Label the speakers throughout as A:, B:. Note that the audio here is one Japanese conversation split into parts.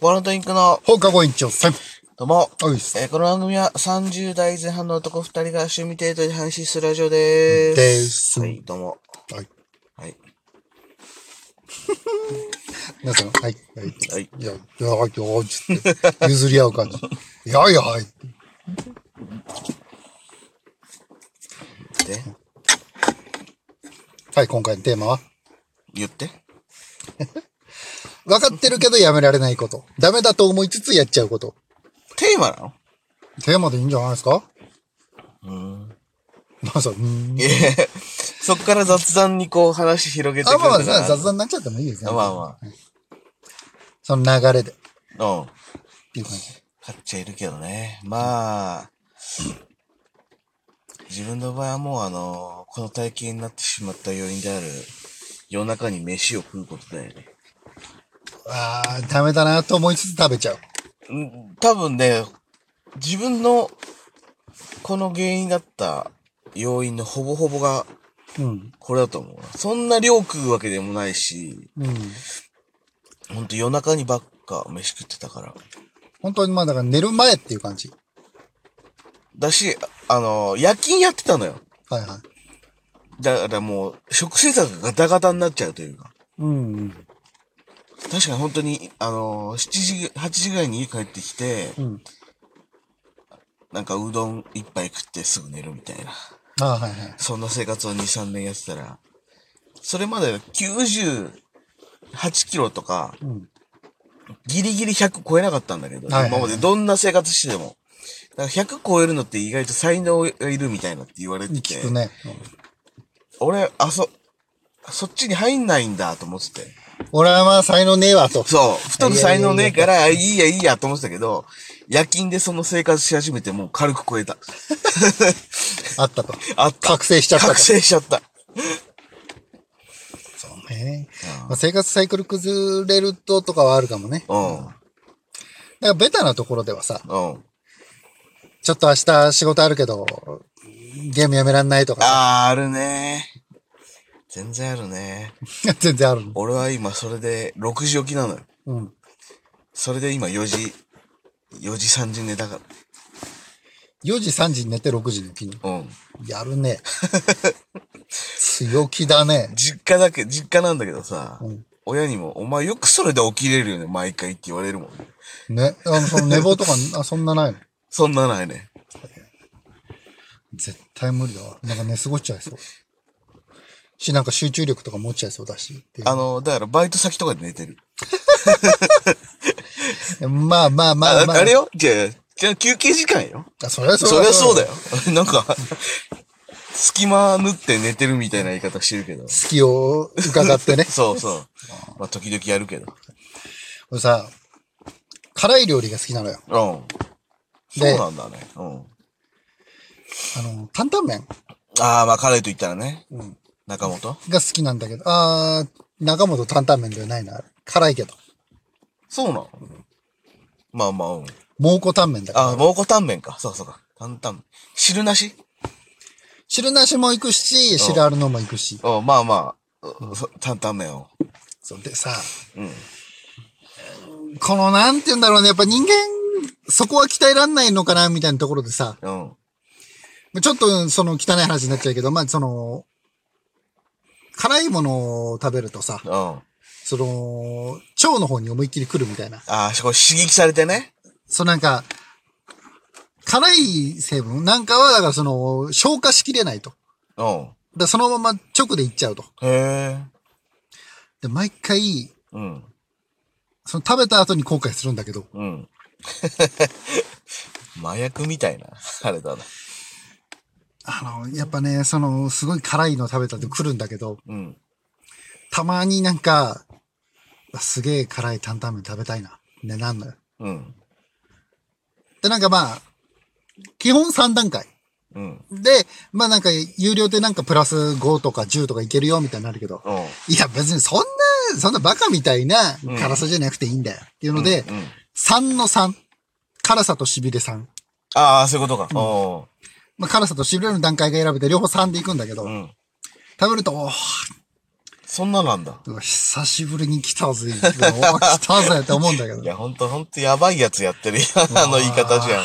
A: ボールドインクの、
B: 放課後延長戦。
A: どうも、
B: おいっす。
A: えーこの番組は30代前半の男2人が趣味程度で配信するラジオでーす。
B: です
A: はい、どうも。
B: はい。
A: はい。
B: 皆さん、はい。はい。
A: はい。
B: いや、いや、はい、よーつって、譲り合う感じ。いやいや、はい。
A: で、
B: はい、今回のテーマは、
A: 言って。
B: 分かってるけどやめられないこと。ダメだと思いつつやっちゃうこと。
A: テーマなの
B: テーマでいいんじゃないですかうん。まあさ、うーん。
A: いえ、そっから雑談にこう話広げてく
B: あ、
A: る
B: まあまあ、
A: んだから
B: 雑談になっちゃってもいいですね。
A: まあま
B: その流れで。っ
A: あ。うん。
B: ていう感じ。
A: 買っちゃいるけどね。まあ、自分の場合はもうあの、この体型になってしまった要因である、夜中に飯を食うことだよね。
B: ああ、ダメだなと思いつつ食べちゃう。
A: うん多分ね、自分の、この原因だった要因のほぼほぼが、
B: うん。
A: これだと思うな。そんな量食うわけでもないし、
B: うん。
A: ほんと夜中にばっか飯食ってたから。
B: 本当にまあだから寝る前っていう感じ。
A: だし、あの、夜勤やってたのよ。
B: はいはい。
A: だからもう、食生活がガタガタになっちゃうというか。
B: うんうん。
A: 確かに本当に、あのー、7時、8時ぐらいに家帰ってきて、
B: うん。
A: なんかうどん一杯食ってすぐ寝るみたいな。
B: ああ、はいはい。
A: そんな生活を2、3年やってたら、それまで98キロとか、
B: うん。
A: ギリギリ100超えなかったんだけど、
B: はいはい
A: 今までどんな生活してても。だから100超えるのって意外と才能がいるみたいなって言われてて
B: 聞、くね。
A: 俺、あそ、そっちに入んないんだと思ってて。
B: 俺はまあ才能ねえわと。
A: そう、太る才能ねえから、いいやいいやと思ってたけど、夜勤でその生活し始めてもう軽く超えた。
B: あったと。
A: あった。
B: 覚醒しちゃったと
A: 覚。醒しちゃった。
B: そうね。まあ、生活サイクル崩れるととかはあるかもね。
A: う
B: だからベタなところではさ、
A: ん。うん。
B: ちょっと明日仕事あるけど、ゲームやめらんないとか、
A: あー、あるね。全然あるね。
B: 全然あるの。
A: 俺は今それで6時起きなのよ。
B: うん。
A: それで今4時、4時3時寝たか
B: 4時、3時に寝て6時に起きる。
A: ら。うん。
B: や るね。強気だね。
A: 実家だけ、実家なんだけどさ、
B: うん
A: 親にも、お前よくそれで起きれるよね、毎回って言われるもん。
B: ね。あの、その寝坊とか、あそんなないの。
A: そんなないね。
B: 絶対無理だわ。なんか寝過ごしちゃいそう。し、なんか集中力とか持っちゃいそうだし。っていう
A: あの、だからバイト先とかで寝てる。
B: まあまあま
A: あ
B: あまあ。
A: あれよじゃあ、じゃあ休憩時間よ。
B: あそりゃ
A: そりゃそうだ
B: よ。
A: よ。 なんか、隙間縫って寝てるみたいな言い方してるけど。。
B: 隙を伺ってね
A: そうそう。まあ、時々やるけど。
B: 俺さ、辛い料理が好きなのよ。
A: うん。そう
B: で
A: なんだね。うん。
B: あの、担々麺
A: ああ、まあ、彼と言ったらね。
B: うん
A: 中本
B: が好きなんだけど、あー、中本担々麺ではないな。辛いけど。
A: そうなのまあまあ、うん。
B: 蒙古タンメンだから。
A: ああ、蒙古タンメンか。そうかそうか。タンタン。汁なし
B: 汁なしも行くし、汁あるのも行くし。
A: うん、まあまあ、うそタンタンメンを。
B: そうでさ、
A: うん。
B: このなんて言うんだろうね、やっぱ人間、そこは鍛えらんないのかな、みたいなところでさ、
A: うん。
B: ちょっとその汚い話になっちゃうけど、まあその、辛いものを食べるとさ、
A: うん。あ
B: その、腸の方に思いっきり来るみたいな。
A: あ、そこ刺激されてね。
B: そうなんか、辛い成分なんかは、だからその、消化しきれないと。だか
A: うん。
B: らそのまま直でいっちゃうと。
A: へえ。
B: で、毎回、
A: うん。
B: その食べた後に後悔するんだけど、
A: うん。 麻薬みたいな、あれだな。
B: あの、やっぱね、その、すごい辛いの食べた後来るんだけど、
A: うん。
B: たまになんか、うわすげえ辛い担々麺食べたいな。ね、なんのよ。
A: うん。
B: で、なんかまあ、基本3段階。
A: うん。
B: で、まあなんか、有料でなんかプラス5とか10とかいけるよ、みたいになるけど、
A: うん。
B: いや、別にそんな、そんなバカみたいな辛さじゃなくていいんだよ。っていうので、
A: うん。
B: 3の3。辛さと痺れ3。
A: ああ、そういうことか。お
B: まあ、辛さと痺れの段階が選べて、両方3でいくんだけど、
A: うん。
B: 食べると、おー
A: そんななんだ。
B: うわ久しぶりに来たぜ。うわ来たぜって思うんだけど
A: い。や、ほんとほんとやばいやつやってるよ。あの言い方じゃん。
B: う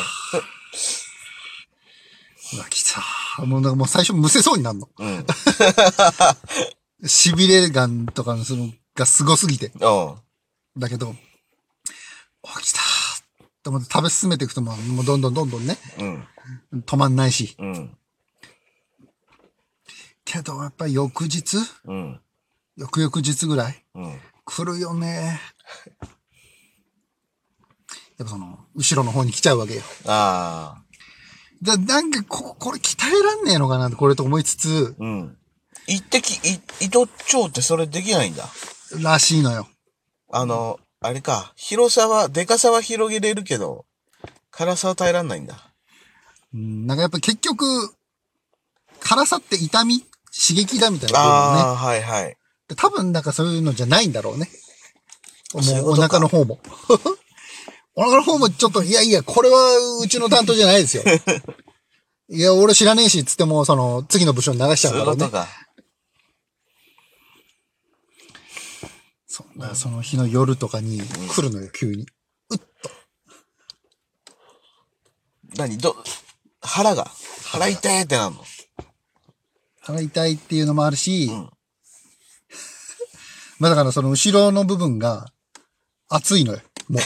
B: わ来た。もうなんかもう最初むせそうになるの。
A: うん。
B: 痺れ感とかのその、が凄すぎて。
A: うん。
B: だけど、お来たと思って食べ進めていくともう、もうどんどんどんどんね、
A: うん。
B: 止まんないし。
A: うん。
B: けど、やっぱり翌日
A: うん。
B: 翌々日ぐらい
A: うん。
B: 来るよね。やっぱその、後ろの方に来ちゃうわけよ。
A: ああ。
B: だなんかこ、これ鍛えらんねえのかなって、これと思いつつ、
A: うん。一滴、い、糸蝶ってそれできないんだ。
B: らしいのよ。
A: あの、あれか。広さは、でかさは広げれるけど、辛さは耐えらんないんだ。
B: うんなんかやっぱ結局、辛さって痛み刺激だみたいなことね
A: ああ、はいはい。
B: で。多分なんかそういうのじゃないんだろうね。も
A: そういう
B: う
A: こ
B: お
A: とか
B: 腹の方も。 お腹の方もちょっと、いやいや、これはうちの担当じゃな いですよ。いや、俺知らねえし、つってもうその、次の部署に流しちゃう
A: そうい
B: か
A: うこ
B: らね
A: と。か。
B: そんな、その日の夜とかに来るのよ、急に。
A: 何ど、腹が、腹痛いってなるの。
B: 腹痛いっていうのもあるし、
A: ん
B: まあだからその後ろの部分が熱いのよ。も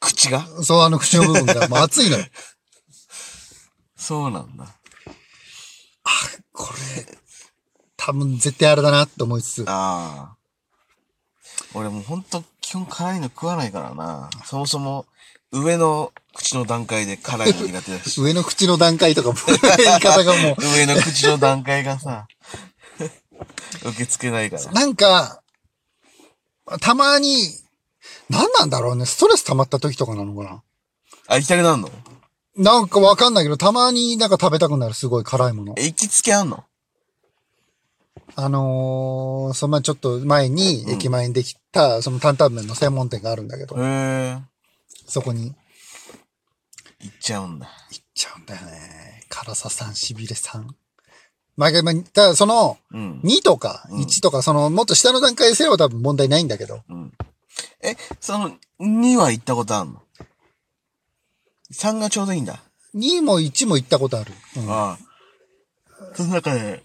A: 口が
B: う、そうあの口の部分がもう熱 いのよ。
A: そうなんだ。
B: これ、多分絶対あれだなって思いつつ、
A: ああ。俺もうほんと基本辛いの食わないからな。そもそも上の口の段階で辛いの苦手だ し。
B: 上の口の段階とかも、 言い方がも
A: 上の口の段階がさ、受け付けないから
B: う、。なんか、たまに、何なんだろうね、ストレス溜まった時とかなのかな。
A: あ、行きたくなるの
B: なんかわかんないけど、たまになんか食べたくなるすごい辛いもの。
A: え行きつけあんの
B: あのー、そのまあちょっと前に、駅前にできた、その担々麺の専門店があるんだけど、
A: へえ。
B: そこに
A: 行っちゃうんだ。
B: 行っちゃうんだよね。辛ささん、しびれさん。毎回、まあ、ただその、
A: うん。
B: 2とか
A: うん
B: 1とか、その、もっと下の段階にすれば多分問題ないんだけど、
A: うん。え、その、2は行ったことあんの ?3 がちょうどいいんだ。
B: 2も1も行ったことある。うん
A: ああ。その中で、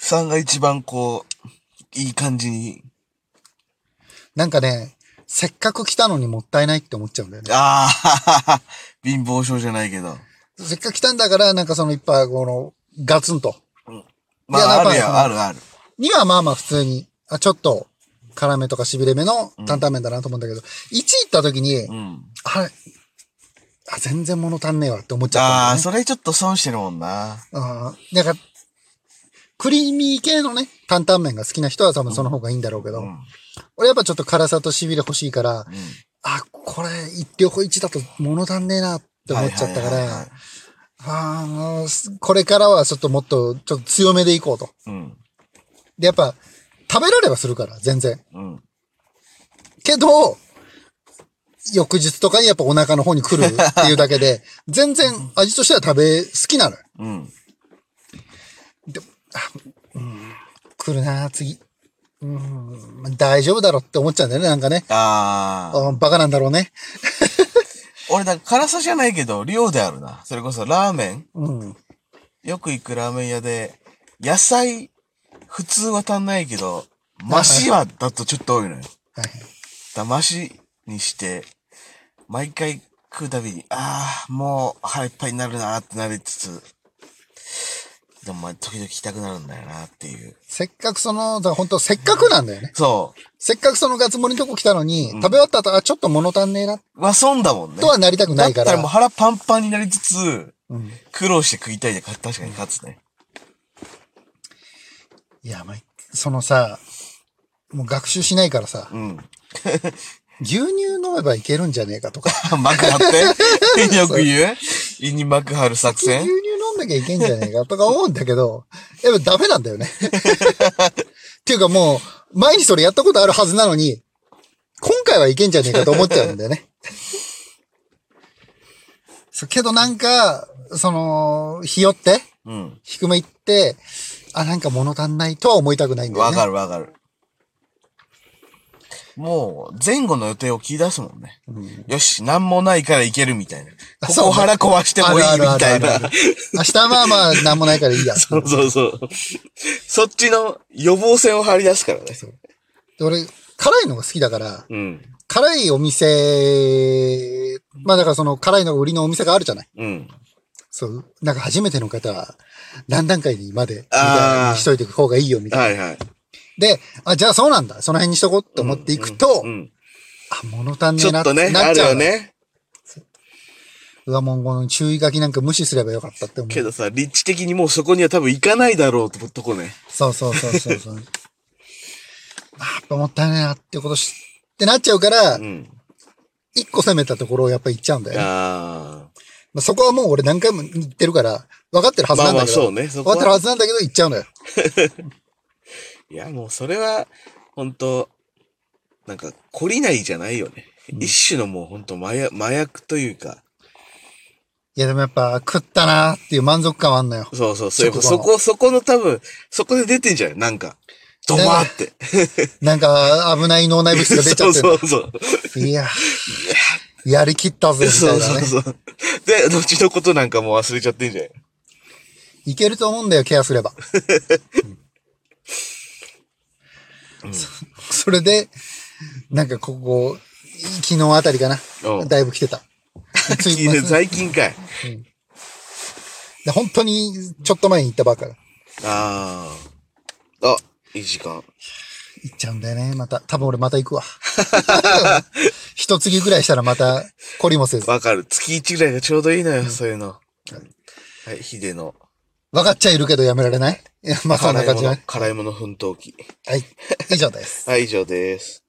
A: 3が一番こう、いい感じに。
B: なんかね、せっかく来たのにもったいないって思っちゃうんだよね。
A: ああ、 貧乏症じゃないけど。
B: せっかく来たんだから、なんかそのいっぱい、この、ガツンと。
A: ま
B: いや
A: あ、
B: だから
A: ある
B: そ
A: や
B: の
A: ん、あるある。
B: にはまあまあ普通に、あ、ちょっと、辛めとかしびれ目の担々麺だなと思うんだけど、1行った時に、
A: うん。
B: あれ、あ、全然物足んねえわって思っち
A: あ
B: ゃ
A: あ、
B: ったん
A: それちょっと損してるもんな。
B: だよね。うん。なんか、クリーミー系のね、担々麺が好きな人は多分その方がいいんだろうけど、
A: ん
B: 俺やっぱちょっと辛さと痺れ欲しいから、あ、これ、一両方一だと物足んねえなって思っちゃったか
A: はいはいはいは
B: ら
A: い、
B: あの、すこれからはちょっともっと、ちょっと強めでいこうと。
A: うん。
B: で、やっぱ、食べられはするから、全然。
A: うん。
B: けど、翌日とかにやっぱお腹の方に来るっていうだけ で、全然味としては食べ、好きなのよ。
A: うん。
B: 来るなぁ次。うん、大丈夫だろって思っちゃうんだよね、なんかね。
A: ああ。
B: あバカなんだろうね。
A: 俺、だから辛さじゃないけど、量であるな。それこそラーメン
B: うん。
A: よく行くラーメン屋で、野菜、普通は足んないけど、マシはだとちょっと多いのよ。
B: はい。
A: だましにして、毎回食うたびに、ああ、もう腹いっぱいになるなーってなりつつ、でもまあ時々行きたくなるんだよなっていう。
B: せっかくその、だから本当せっかくなんだよね。
A: そ
B: せっかくそのガツ盛りのとこ来たのに、食べ終わった後、あ、ちょっと物足んねえな、
A: う。は損だもんね。
B: とはなりたくない
A: だった
B: から
A: らもう。腹パンパンになりつつ、
B: うん
A: 苦労して食いたいで確かに勝つね。
B: いや、まあ、そのさ、もう学習しないからさ、
A: うん。
B: 牛乳飲めばいけるんじゃねえかとか。
A: 幕張って よく言う胃に幕張る作
B: 牛乳
A: 戦
B: 飲んなきゃいけんじゃねえかとか思うんだけど、やっぱダメなん だよね。っていうかもう、前にそれやったことあるはずなのに、今回はいけんじゃねえかと思っちゃうんだよね。そうけどなんか、その、日よって、
A: うん。
B: 低め行って、あ、なんか物足んないとは思いたくないんだよ
A: わ
B: ね。
A: かるわかる。もう、前後の予定を聞き出すもんね。よし、なんもないからいけるみたいな。こ
B: そう
A: こ腹壊してもいい
B: あ
A: み
B: るある
A: た
B: あ
A: い
B: るある
A: な。
B: 明日はまあまあ、なんもないからいいや。
A: そうそうそう。そっちの予防線を張り出すからね。
B: で俺、辛いのが好きだから、
A: うん。
B: 辛いお店、まあだからその辛いのが売りのお店があるじゃない。
A: うん。
B: そう。なんか初めての方は、何段階にまで、みたいな
A: あー
B: にしといていく方がいいよ、みたい
A: はいはい。
B: な。で、あ、じゃあそうなんだ。その辺にしとこうって思っていくと、
A: うん。
B: あ、物足んね
A: ち
B: え
A: ょ
B: な
A: っとね、
B: な
A: あ
B: っ
A: る
B: ちゃ
A: よ
B: う。
A: ね。
B: うわ、もうこの注意書きなんか無視すればよかったって思
A: け
B: う。
A: どさ、立地的にもうそこには多分行かないだろうととこね。
B: そうそうそうそうそう。あ、 やっぱもったいないなってことし、ってなっちゃうから
A: う、ん。
B: 一個攻めたところをやっぱ行っちゃうんだよね。
A: ああ。
B: まあ、そこはもう俺何回も言ってるから、分かってるはず
A: ま
B: な
A: あ
B: ん
A: ま
B: だ
A: あ
B: けど。
A: そうね。そ
B: 分
A: こ
B: かってる
A: は。
B: はずなんだけど、行っちゃうのよ。
A: いや、もうそれは、本当なんか、懲りないじゃないよね。一種のもう本当麻薬、麻薬というか。
B: いや、でもやっぱ食ったなーっていう満足感はあんの よ。
A: そうそうそう。やっぱそ
B: そこ
A: こ、そこの多分、そこで出てんじゃないなんか。ドバーって。
B: なんか危ない脳内物質が出ちゃ
A: そう
B: ってる。
A: そうそう。
B: いや、やりきったぜ、みたい
A: そ
B: な
A: う
B: ね
A: そうそう。で、後のことなんかもう忘れちゃってんじゃない
B: いけると思うんだよ、ケアすれば。そそれで、なんかここ、昨日あたりかな
A: う。ん
B: だいぶ来てた。つい
A: いや最近かい。
B: で本当にちょっと前に行ったばっかだ。
A: ああ。あ、いい時間。
B: 行っちゃうんだよね、また。多分俺また行くわ。 一月ぐらいしたらまた、懲りもせず。
A: わかる。月1ぐらいがちょうどいいのよ、そういうの。はい、ヒデの
B: 分かっちゃいるけどやめられないいや、まあそん
A: 辛
B: ない感じ
A: も
B: だ
A: の
B: ね。
A: 辛いもの奮闘記。
B: はい。以上です。
A: はい、以上です。